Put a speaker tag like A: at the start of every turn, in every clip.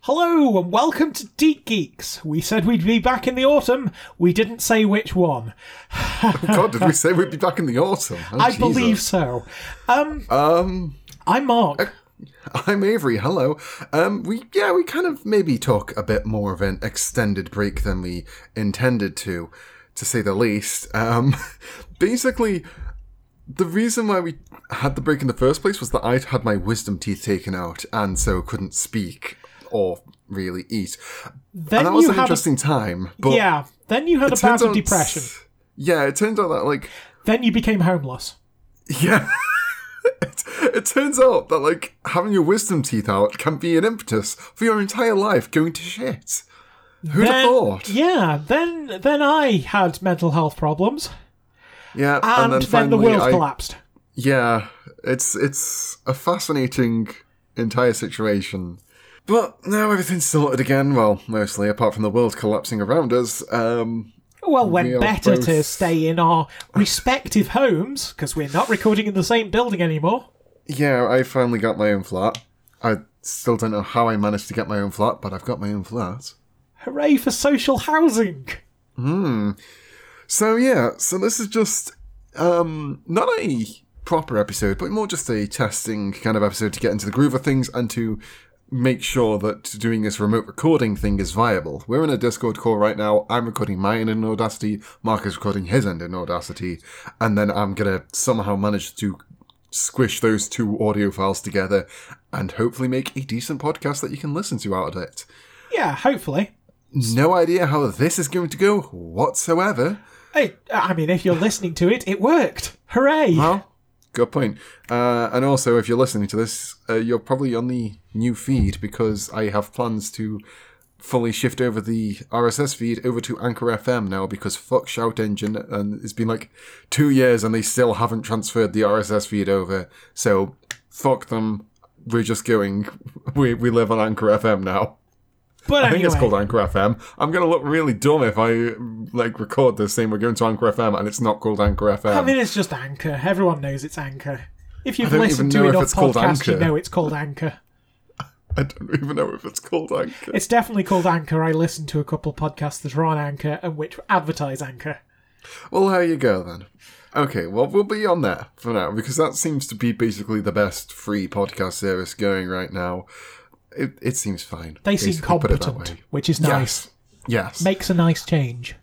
A: Hello and welcome to Deep Geeks. We said we'd be back in the autumn. We didn't say which one.
B: God, did we say we'd be back in the autumn? Oh,
A: I
B: Jesus.
A: believe so. Um,
B: Um,
A: I'm Mark.
B: I'm Avery. Hello. Um, we yeah, we kind of maybe took a bit more of an extended break than we intended to, to say the least. Um, basically, the reason why we had the break in the first place was that I'd had my wisdom teeth taken out and so couldn't speak or really eat.
A: Then
B: and that was
A: you
B: an
A: had a-
B: interesting time. But
A: yeah. Then you had a bout
B: turns
A: of
B: out-
A: depression.
B: Yeah, it turns out that like
A: Then you became homeless.
B: Yeah. it, it turns out that, like, having your wisdom teeth out can be an impetus for your entire life going to shit. Who'd
A: Then-
B: have thought? Yeah.
A: Yeah. Then then I had mental health problems,
B: and,
A: and,
B: then
A: then,
B: finally,
A: the world
B: I,
A: collapsed.
B: Yeah. It's, it's a fascinating entire situation. But now everything's sorted again. Well, mostly, apart from the world collapsing around us. Um,
A: Well, when
B: We are
A: better to
B: both-
A: stay in our respective homes because we're not recording in the same building anymore.
B: yeah, I finally got my own flat. I still don't know how I managed to get my own flat, but I've got my own flat.
A: Hooray for social housing!
B: So yeah, so this is just um not a proper episode, but more just a testing kind of episode to get into the groove of things and to make sure that doing this remote recording thing is viable. We're in a Discord call right now. I'm recording mine in Audacity, Mark is recording his end in Audacity, and then I'm gonna somehow manage to squish those two audio files together and hopefully make a decent podcast that you can listen to out of it.
A: Yeah, hopefully.
B: No idea how this is going to go whatsoever.
A: Hey, I mean, if you're listening to it, it worked. Hooray!
B: Well, good point. Uh, and also, if you're listening to this, uh, you're probably on the new feed because I have plans to fully shift over the RSS feed over to Anchor FM now because fuck Shout Engine, and it's been like two years and they still haven't transferred the RSS feed over. So fuck them. We're just going. We we live on Anchor FM now.
A: but
B: I think
A: anyway,
B: it's called Anchor FM. I'm gonna look really dumb if I like record this saying we're going to Anchor FM and it's not called Anchor FM.
A: I mean, it's just Anchor. Everyone knows it's Anchor. If you've
B: don't
A: listened
B: even
A: to
B: know if
A: enough
B: it's called
A: podcasts, you
B: Anchor.
A: know it's called Anchor.
B: I don't even know if it's called Anchor.
A: It's definitely called Anchor. I listened to a couple of podcasts that are on Anchor and which advertise Anchor.
B: Well, there you go then. Okay, well, we'll be on there for now because that seems to be basically the best free podcast service going right now. It, it seems fine.
A: They seem
B: basically, put it that
A: competent,
B: way.
A: which is nice.
B: Yes. Yes.
A: Makes a nice change.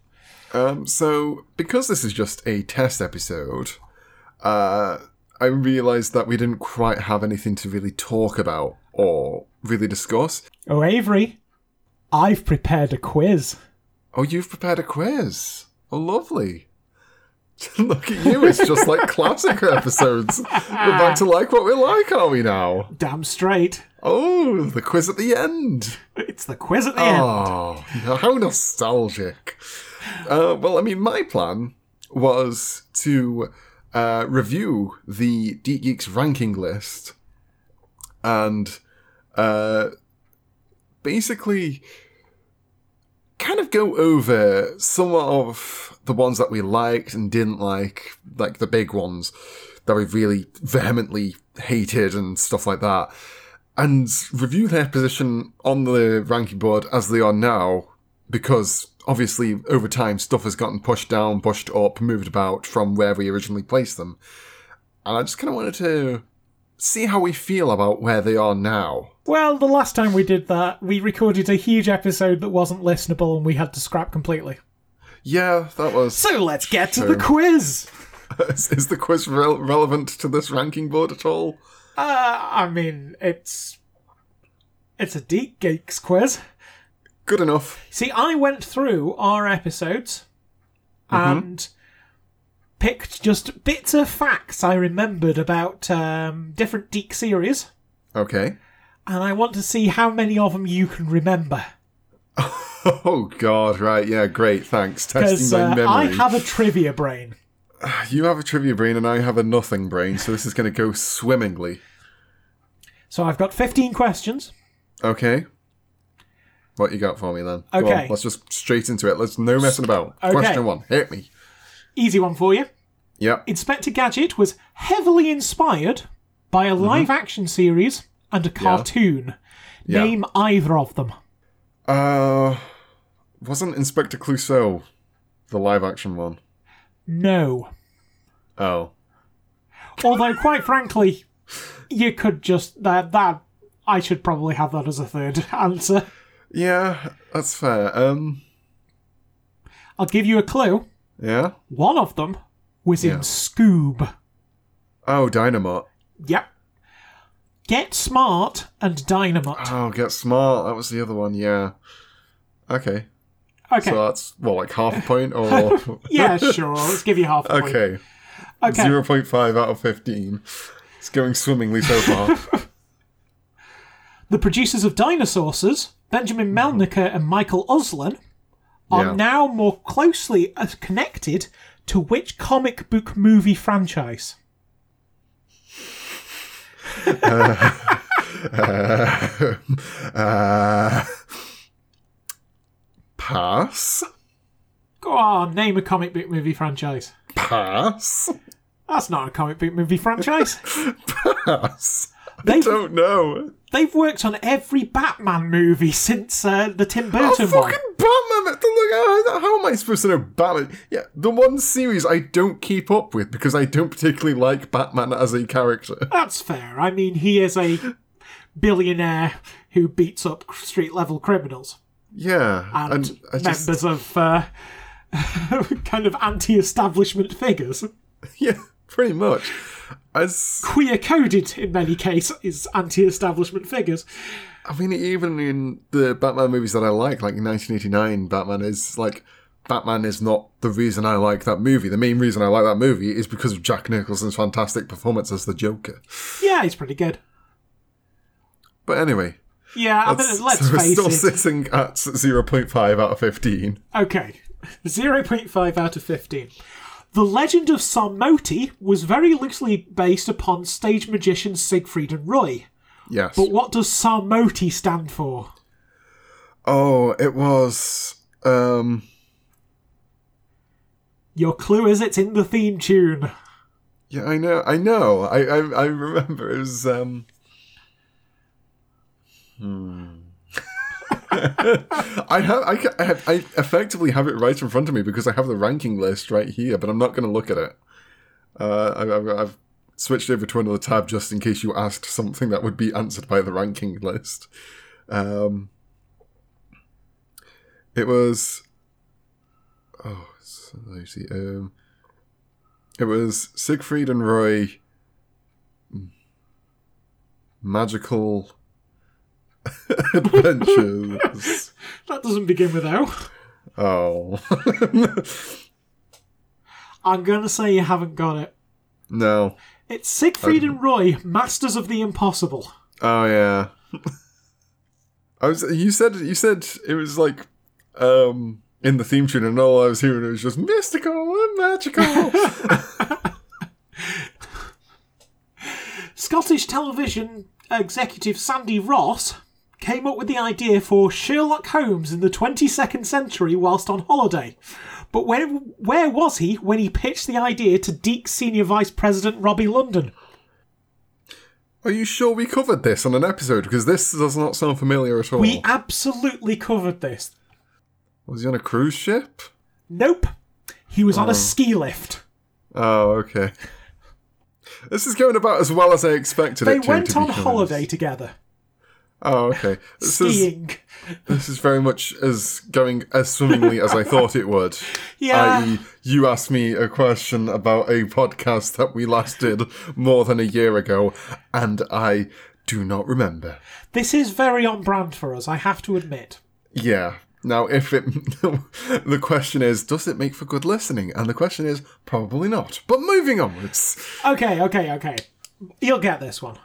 B: Um, so, because this is just a test episode, uh, I realised that we didn't quite have anything to really talk about or really discuss.
A: Oh, Avery, I've prepared a quiz.
B: Oh, you've prepared a quiz. Oh, lovely. Look at you. It's just like classic episodes. We're back to like what we like, are we now?
A: Damn straight.
B: Oh, the quiz at the end.
A: It's the quiz at the end.
B: Oh, how nostalgic. Uh, well, I mean, my plan was to uh, review the Deep Geeks ranking list and uh, basically kind of go over some of the ones that we liked and didn't like, like the big ones that we really vehemently hated and stuff like that, and review their position on the ranking board as they are now, because obviously over time stuff has gotten pushed down, pushed up, moved about from where we originally placed them. And I just kind of wanted to see how we feel about where they are now.
A: Well, the last time we did that, we recorded a huge episode that wasn't listenable and we had to scrap completely.
B: Yeah, that was.
A: So let's get to the quiz.
B: is, is the quiz rel- relevant to this ranking board at all?
A: Uh, I mean, it's it's a deep geeks quiz.
B: Good enough.
A: See, I went through our episodes
B: Mm-hmm.
A: and picked just bits of facts I remembered about um, different Deek series,
B: Okay.
A: and I want to see how many of them you can remember.
B: Oh God! Right? Yeah. Great. Thanks. Testing
A: Because
B: my
A: uh,
B: memory.
A: I have a trivia brain.
B: You have a trivia brain, and I have a nothing brain. So this is going to go swimmingly.
A: So I've got 15 questions.
B: Okay. What you got for me then? Go
A: Okay.
B: on, let's just straight into it. Let's no messing about.
A: Okay.
B: Question one. Hit me.
A: Easy one for you.
B: Yep. Mm-hmm.
A: Inspector Gadget was heavily inspired by a live action series and a cartoon.
B: Yeah.
A: Name either of them.
B: Uh, wasn't Inspector Clouseau the live action one?
A: No.
B: Oh.
A: Although, quite frankly, you could just that that I should probably have that as a third answer.
B: Yeah, that's fair. Um,
A: I'll give you a clue.
B: yeah?
A: One of them was in
B: Yeah.
A: Scoob.
B: Oh, Dynamite.
A: Yep. Get Smart and Dynamite.
B: Oh, Get Smart. That was the other one, yeah. Okay.
A: Okay.
B: Uh, So that's, well, like half a point or.
A: yeah, sure. Let's give you half a point.
B: okay.
A: Okay.
B: 0.5 out of 15. It's going swimmingly so far.
A: The producers of Dinosaurs, Benjamin Melnicker and Michael Oslin, are
B: Hmm. Yeah.
A: now more closely uh, connected to which comic book movie franchise?
B: uh, uh, pass?
A: Go on, name a comic book movie franchise.
B: Pass?
A: That's not a comic book movie franchise.
B: Pass? I
A: They've,
B: don't know.
A: they've worked on every Batman movie since uh, the Tim
B: Oh,
A: Burton one.
B: fucking Batman! Look, how, uh, how am I supposed to know Batman? Yeah, the one series I don't keep up with because I don't particularly like Batman as a character.
A: That's fair. I mean, he is a billionaire who beats up street level criminals
B: Yeah,
A: and,
B: and, I
A: members
B: just
A: of uh, kind of anti establishment figures.
B: yeah, pretty much as
A: Queer coded in many cases, anti establishment figures.
B: I mean, even in the Batman movies that I like, like 1989 Batman is like. Batman is not the reason I like that movie. The main reason I like that movie is because of Jack Nicholson's fantastic performance as the Joker.
A: Yeah, he's pretty good.
B: But anyway,
A: Yeah, I mean,
B: that's-
A: let's
B: so we're
A: face
B: still
A: it.
B: sitting at 0.5 out of 15.
A: Okay, 0.5 out of 15. The legend of Sarmoti was very loosely based upon stage magicians Siegfried and Roy.
B: Yes.
A: But what does Sarmoti stand for?
B: Oh, it was. Um,
A: Your clue is it's in the theme tune.
B: yeah, I know, I know, I, I, I remember it was. Um, hmm. I have, I, ca- I have, I effectively have it right in front of me because I have the ranking list right here, but I'm not going to look at it. Uh, I, I've, I've switched over to another tab just in case you asked something that would be answered by the ranking list. Um, it was. Oh, it's- let me see. Um, it was Siegfried and Roy. Magical adventures.
A: That doesn't begin with O.
B: oh.
A: I'm going to say you haven't got it.
B: no.
A: It's Siegfried
B: Um,
A: and Roy, Masters of the Impossible.
B: Oh yeah. I was. You said. You said it was like, um, in the theme tune, and all I was hearing was just mystical and magical.
A: Scottish television executive Sandy Ross came up with the idea for Sherlock Holmes in the 22nd century whilst on holiday. But where, where was he when he pitched the idea to Deek Senior Vice President Robbie London?
B: Are you sure we covered this on an episode? Because this does not sound familiar at all.
A: We absolutely covered this.
B: Was he on a cruise ship?
A: Nope. He was on a ski lift.
B: Oh, okay. This is going about as well as I expected
A: They
B: it to.
A: went
B: to be
A: on
B: honest.
A: holiday together,
B: Oh, okay. This is
A: skiing.
B: this is very much as going as swimmingly as I thought it would.
A: Yeah.
B: i.e., you asked me a question about a podcast that we last did more than a year ago, and I do not remember.
A: This is very on brand for us, I have to admit.
B: Yeah. Now, if it, the question is, does it make for good listening? And the question is, probably not. But moving onwards.
A: Okay, okay, okay. You'll get this one.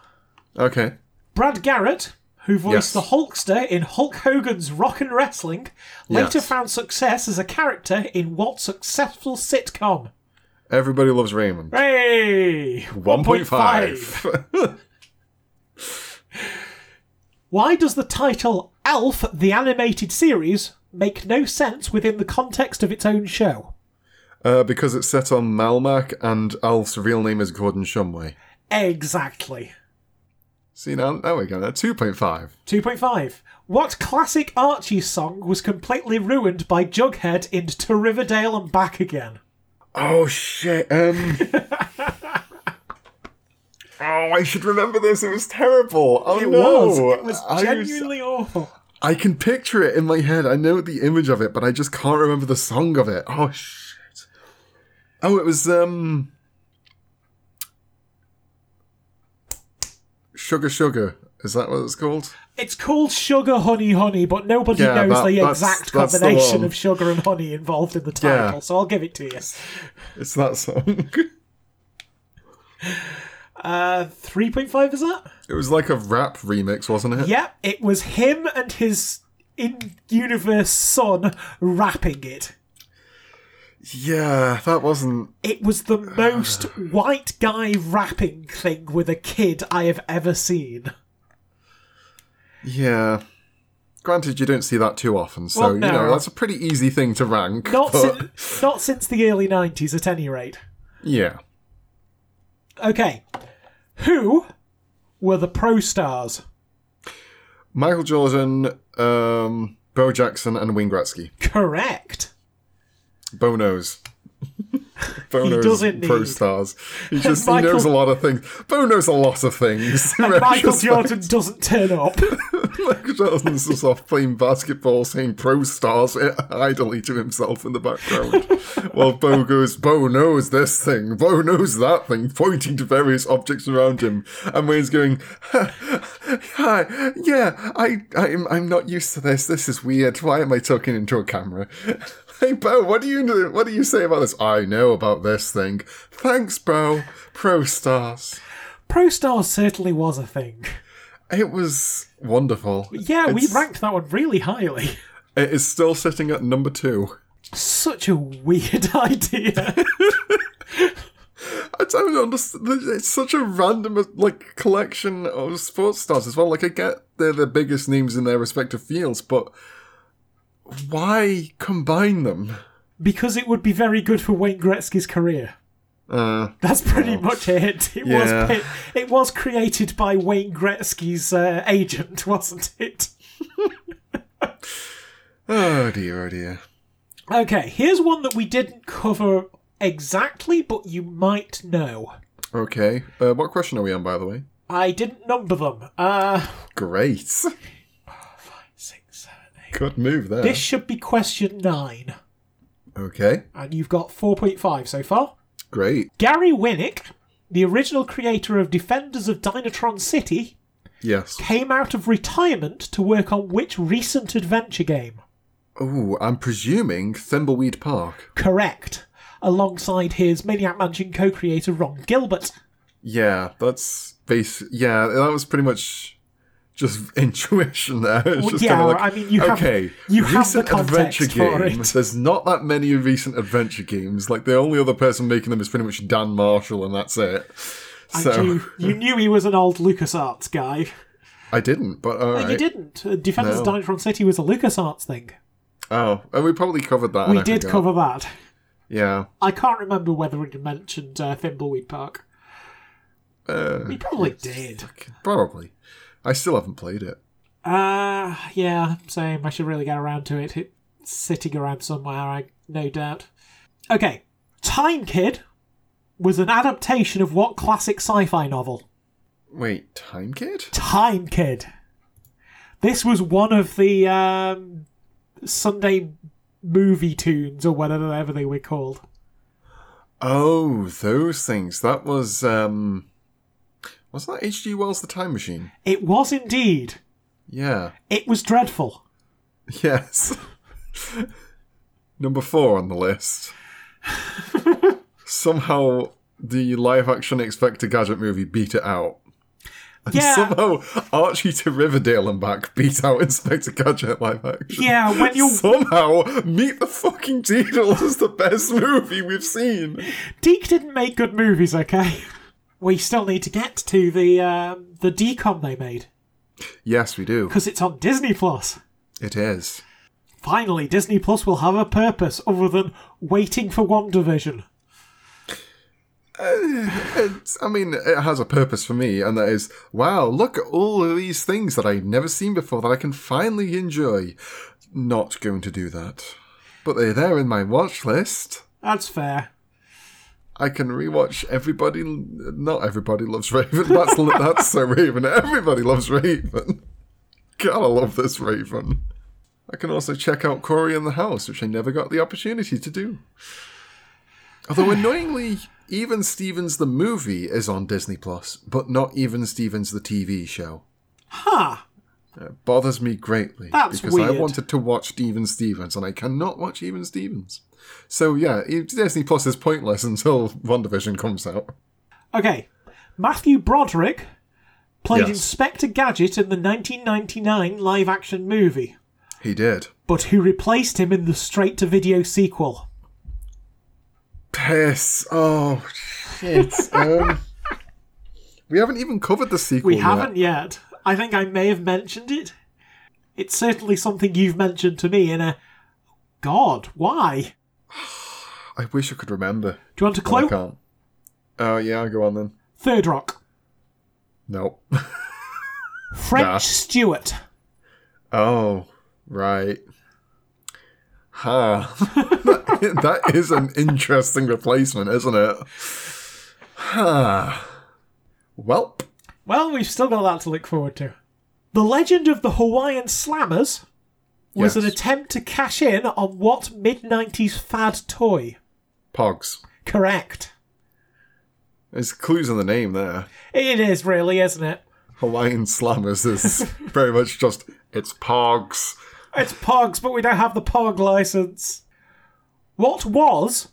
B: Okay.
A: Brad Garrett, who voiced
B: Yes.
A: the Hulkster in Hulk Hogan's Rock and Wrestling, later
B: Yes.
A: found success as a character in what successful sitcom?
B: Everybody loves Raymond.
A: Hey! 1.5.
B: 1.5.
A: Why does the title Elf, the animated series, make no sense within the context of its own show?
B: uh, because it's set on Malmac and Alf's real name is Gordon Shumway.
A: Exactly.
B: See now, there we go. That's two point five.
A: 2.5. What classic Archie song was completely ruined by Jughead in To Riverdale and Back Again?
B: Oh shit. Um. oh, I should remember this. It was terrible. Oh
A: It
B: no.
A: was. It was
B: I
A: genuinely awful.
B: I can picture it in my head. I know the image of it, but I just can't remember the song of it. Oh shit. Oh, it was um Sugar Sugar. Is that what it's called?
A: It's called Sugar Honey Honey, but nobody
B: Yeah,
A: knows
B: that-
A: the
B: that's-
A: exact
B: that's the
A: combination
B: one.
A: of sugar and honey involved in the
B: Yeah.
A: title, so I'll give it to you.
B: It's that song.
A: Uh, 3.5 is that?
B: it was like a rap remix, wasn't it?
A: Yep, it was him and his in universe son rapping it.
B: Yeah, that wasn't
A: It was the most white guy rapping thing with a kid I have ever seen.
B: Yeah. Granted, you don't see that too often, so
A: Well,
B: you know
A: no.
B: that's a pretty easy thing to rank.
A: Not,
B: but-
A: sin- not since the early 90s, at any rate.
B: yeah.
A: Okay, who were the pro stars?
B: Michael Jordan, um, Bo Jackson, and Wayne Gretzky.
A: Correct.
B: Bo knows. Bo
A: He
B: knows
A: doesn't
B: pro
A: need.
B: stars. He just
A: Michael-
B: he knows a lot of things. Bo knows a lot of things.
A: And Michael
B: Just like-
A: Jordan doesn't turn up.
B: Michael Jordan's just off playing basketball, saying pro stars eh, idly to himself in the background. While Bo goes, Bo knows this thing, Bo knows that thing, pointing to various objects around him. And Wayne's going, Hi, yeah, I, I'm, I'm not used to this. This is weird. Why am I talking into a camera? Hey Bo, what do you know- what do you say about this? I know about this thing. Thanks, Bo. Pro stars.
A: Pro stars certainly was a thing.
B: It was wonderful.
A: Yeah, we
B: It's-
A: ranked that one really highly.
B: It is still sitting at number two.
A: Such a weird idea.
B: I don't understand. It's such a random uh, like collection of sports stars as well. Like I get they're the biggest names in their respective fields, but why combine them?
A: because it would be very good for Wayne Gretzky's career.
B: Uh,
A: That's pretty much it. It
B: Yeah.
A: was it, it was created by Wayne Gretzky's uh, agent, wasn't it?
B: oh dear, oh dear.
A: Okay, here's one that we didn't cover exactly, but you might know.
B: Okay, uh, what question are we on, by the way?
A: I didn't number them. Uh,
B: Great,
A: six, seven, eight.
B: good move there.
A: This should be question nine,
B: Okay,
A: and Uh, you've got four point five so far.
B: great.
A: Gary Winnick, the original creator of Defenders of Dinatron City,
B: Yes.
A: came out of retirement to work on which recent adventure game?
B: Oh, I'm presuming Thimbleweed Park.
A: Correct. Alongside his Maniac Mansion co creator Ron Gilbert.
B: Yeah, that's base. Yeah, that was pretty much just intuition there. It's
A: Well,
B: just
A: yeah,
B: kinda like,
A: I mean, you have-
B: okay,
A: you have the
B: recent
A: context
B: adventure
A: for
B: game.
A: it.
B: There's not that many recent adventure games. Like the only other person making them is pretty much Dan Marshall, and that's it.
A: And
B: So
A: you, you knew he was an old LucasArts guy.
B: I didn't, but all right.
A: But you didn't. Uh, Defenders
B: No.
A: of Dinatron City was a LucasArts thing.
B: Oh, and we probably covered that. and
A: We
B: I
A: did
B: forgot.
A: cover that.
B: Yeah,
A: I can't remember whether we mentioned uh, Thimbleweed Park.
B: uh,
A: We probably did.
B: probably. I still haven't played it.
A: Uh, yeah, same. I should really get around to it. It's sitting around somewhere, I no doubt. Okay, Time Kid was an adaptation of what classic sci-fi novel?
B: Wait, Time Kid?
A: Time Kid. This was one of the um, Sunday movie tunes or whatever they were called.
B: Oh, those things. That was um, was that H.G. Wells' The Time Machine?
A: It was indeed.
B: Yeah.
A: It was dreadful.
B: Yes. Number four on the list. Somehow the live action Expector Gadget movie beat it out. And
A: Yeah.
B: somehow Archie to Riverdale and back beat out Inspector Gadget live action.
A: Yeah, when you
B: Somehow Meet the Fucking Deedle is the best movie we've seen.
A: Deke didn't make good movies, okay? We still need to get to the um, the decom they made
B: Yes, we do.
A: because it's on Disney Plus.
B: It is.
A: Finally, Disney Plus will have a purpose other than waiting for WandaVision.
B: It's, I mean, it has a purpose for me, and that is, wow, look at all of these things that I've never seen before that I can finally enjoy. Not going to do that. But they're there in my watch list.
A: That's fair.
B: I can rewatch everybody. Not everybody loves Raven. That's that's so Raven. Everybody loves Raven. God, I love this Raven. I can also check out Corey in the House, which I never got the opportunity to do. Although annoyingly, even Stevens the movie is on Disney Plus, but not even Stevens the TV show.
A: Huh.
B: It bothers me greatly
A: That's
B: because I
A: weird.
B: wanted to watch Even Stevens and I cannot watch Even Stevens. So yeah, e- Disney Plus is pointless until WandaVision comes out.
A: Okay. Matthew Broderick played
B: Yes.
A: Inspector Gadget in the 1999 live action movie,
B: He did.
A: but who replaced him in the straight to video sequel.
B: Piss. Oh shit. um, we haven't even covered the sequel.
A: We
B: yet.
A: haven't yet. I think I may have mentioned it. It's certainly something you've mentioned to me in a. God, why?
B: I wish I could remember.
A: Do you want a
B: but I
A: clue?
B: can't. Oh yeah, go on then.
A: Third Rock.
B: Nope.
A: French
B: Nah.
A: Stewart.
B: Oh, right. Huh. that that is an interesting replacement, isn't it? Huh. Welp.
A: Well, we've still got that to look forward to. The Legend of the Hawaiian Slammers was an
B: Yes.
A: attempt to cash in on what mid 90s fad toy?
B: Pogs.
A: Correct.
B: There's clues in the name there.
A: It is really, isn't it?
B: Hawaiian Slammers is very much just, it's Pogs.
A: It's Pogs, but we don't have the Pog license. What was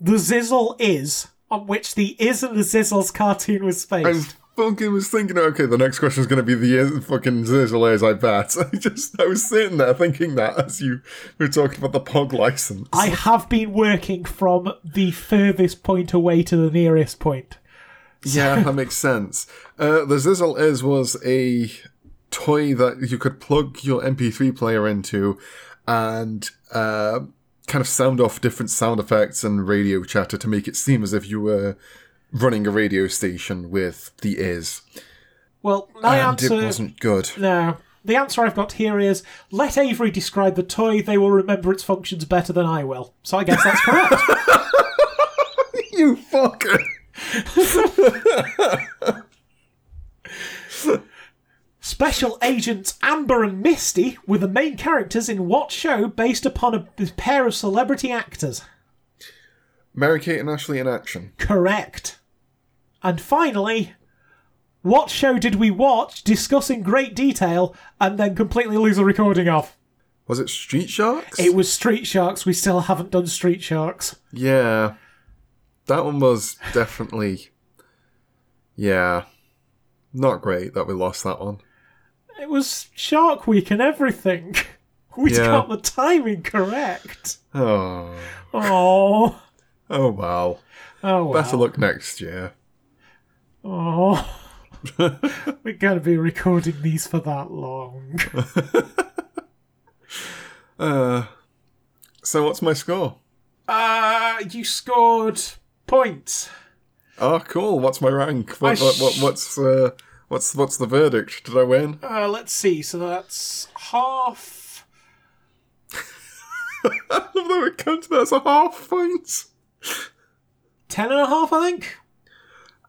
A: the Zizzle Is on which the Is and the Zizzles cartoon was
B: I
A: based?
B: fucking was thinking, okay, the next question is going to be the is- fucking Zizzle is, I bet. I just, I was sitting there thinking that as you were talking about the Pog license.
A: I have been working from the furthest point away to the nearest point.
B: Yeah, that makes sense. Uh, the Zizzle is was a toy that you could plug your MP3 player into and uh, kind of sound off different sound effects and radio chatter to make it seem as if you were running a radio station with the is.
A: Well, my
B: and
A: answer
B: it wasn't good.
A: No. The answer I've got here is let Avery describe the toy, they will remember its functions better than I will. So I guess that's correct.
B: you fucker!
A: Special agents Amber and Misty were the main characters in what show based upon a pair of celebrity actors?
B: Mary Kate and Ashley in action.
A: Correct. And finally, what show did we watch, discuss in great detail, and then completely lose a recording of?
B: Was it Street Sharks?
A: It was Street Sharks. We still haven't done Street Sharks.
B: yeah. That one was definitely. Yeah. Not great that we lost that one.
A: It was Shark Week and everything. We
B: Yeah.
A: got the timing correct.
B: Oh,
A: Oh,
B: oh well.
A: oh well.
B: Better luck next year.
A: Oh, we're gonna be recording these for that long.
B: Uh, so what's my score?
A: Uh, you scored points.
B: Oh, cool. What's my rank?
A: I
B: What, what,
A: sh-
B: what, what's uh, what's what's the verdict? Did I win?
A: Uh, let's see. So that's half.
B: I love that it comes to that as a half point.
A: Ten and a half, I think.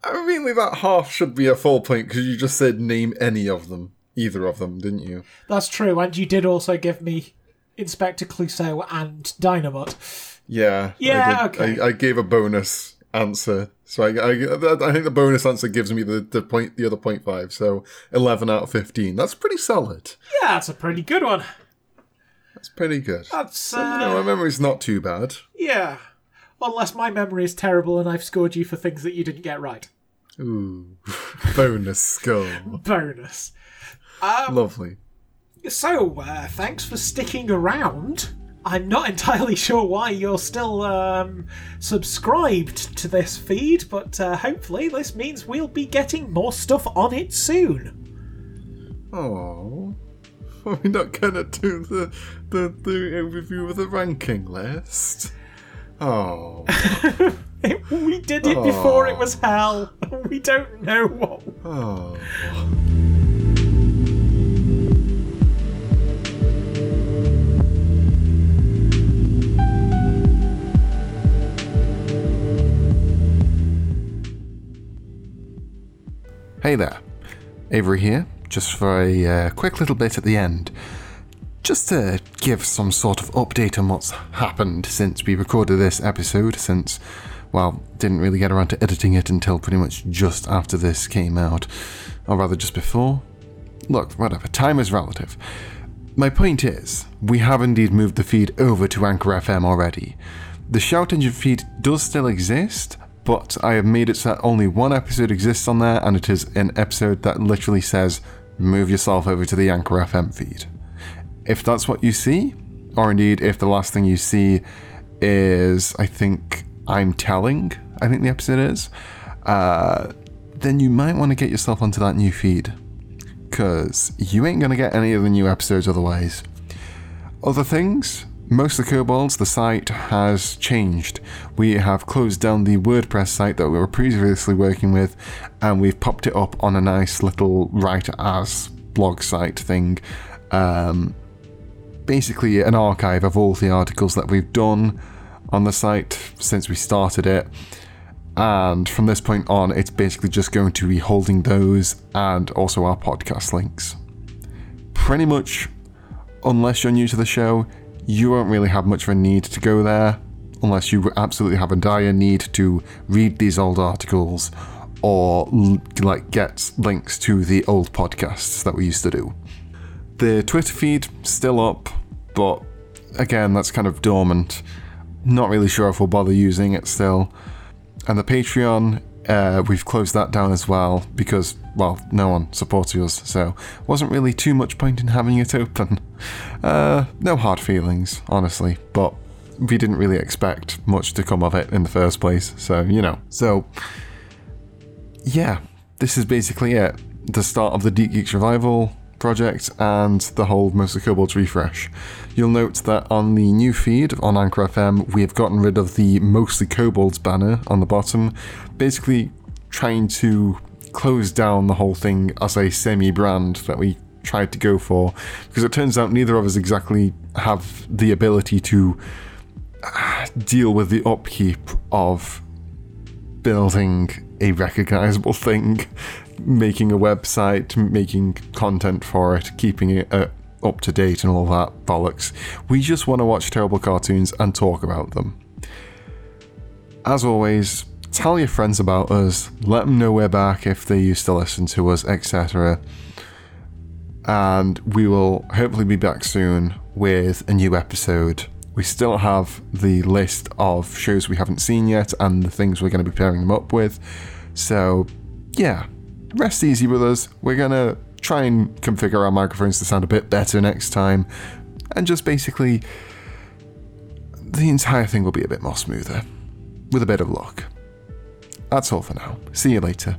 B: I mean, that half should be a full point because you just said name any of them, either of them, didn't you?
A: That's true, and you did also give me Inspector Clouseau and Dynamite.
B: Yeah.
A: Yeah,
B: I did-
A: okay.
B: I, I gave a bonus answer, so I, I, that- I think the bonus answer gives me the, the point the other point five. So eleven out of fifteen. That's pretty solid.
A: Yeah, that's a pretty good one.
B: That's pretty good.
A: That's
B: You
A: uh,
B: know, my memory's not too bad.
A: yeah. Unless my memory is terrible and I've scored you for things that you didn't get right.
B: Ooh, bonus skull.
A: Bonus. Um,
B: Lovely.
A: So, uh, thanks for sticking around. I'm not entirely sure why you're still um, subscribed to this feed, but uh, hopefully this means we'll be getting more stuff on it soon.
B: Oh, are we not gonna do the the, the overview of the ranking list? Oh,
A: It, we did it before it was hell. We don't know what.
B: Oh. Hey there, Avery here, just for a uh, quick little bit at the end. Just to give some sort of update on what's happened since we recorded this episode, since, well, didn't really get around to editing it until pretty much just after this came out, or rather just before. Look, whatever, time is relative. My point is, we have indeed moved the feed over to Anchor FM already. The Shout Engine feed does still exist, but I have made it so that only one episode exists on there, and it is an episode that literally says, move yourself over to the Anchor FM feed. If that's what you see, or indeed if the last thing you see is, I think, I'm telling, I think the episode is, uh, then you might want to get yourself onto that new feed. Because you ain't going to get any of the new episodes otherwise. Other things, most of the kobolds, the site has changed. We have closed down the WordPress site that we were previously working with, and we've popped it up on a nice little write as blog site thing. Um, basically, an archive of all the articles that we've done on the site since we started it. And from this point on, it's basically just going to be holding those and also our podcast links. Pretty much unless you're new to the show, you won't really have much of a need to go there, unless you absolutely have a dire need to read these old articles or l- like get links to the old podcasts that we used to do. The Twitter feed still up, but again, that's kind of dormant. Not really sure if we'll bother using it still. And the Patreon, uh, we've closed that down as well because, well, no one supports us, so wasn't really too much point in having it open. Uh, no hard feelings, honestly, but we didn't really expect much to come of it in the first place, so you know. So, yeah, this is basically it. The start of the Deep Geeks Revival project and the whole Mostly Kobolds refresh. You'll note that on the new feed on Anchor FM, we have gotten rid of the Mostly Kobolds banner on the bottom, basically trying to close down the whole thing as a semi brand that we tried to go for, because it turns out neither of us exactly have the ability to ah, deal with the upkeep of building a recognizable thing, making a website, making content for it, keeping it uh, up to date, and all that bollocks. We just want to watch terrible cartoons and talk about them. As always, tell your friends about us, let them know we're back if they used to listen to us, etc. And we will hopefully be back soon with a new episode. We still have the list of shows we haven't seen yet and the things we're going to be pairing them up with. So, yeah, rest easy with us. We're going to try and configure our microphones to sound a bit better next time. And just basically, the entire thing will be a bit more smoother. With a bit of luck. That's all for now. See you later.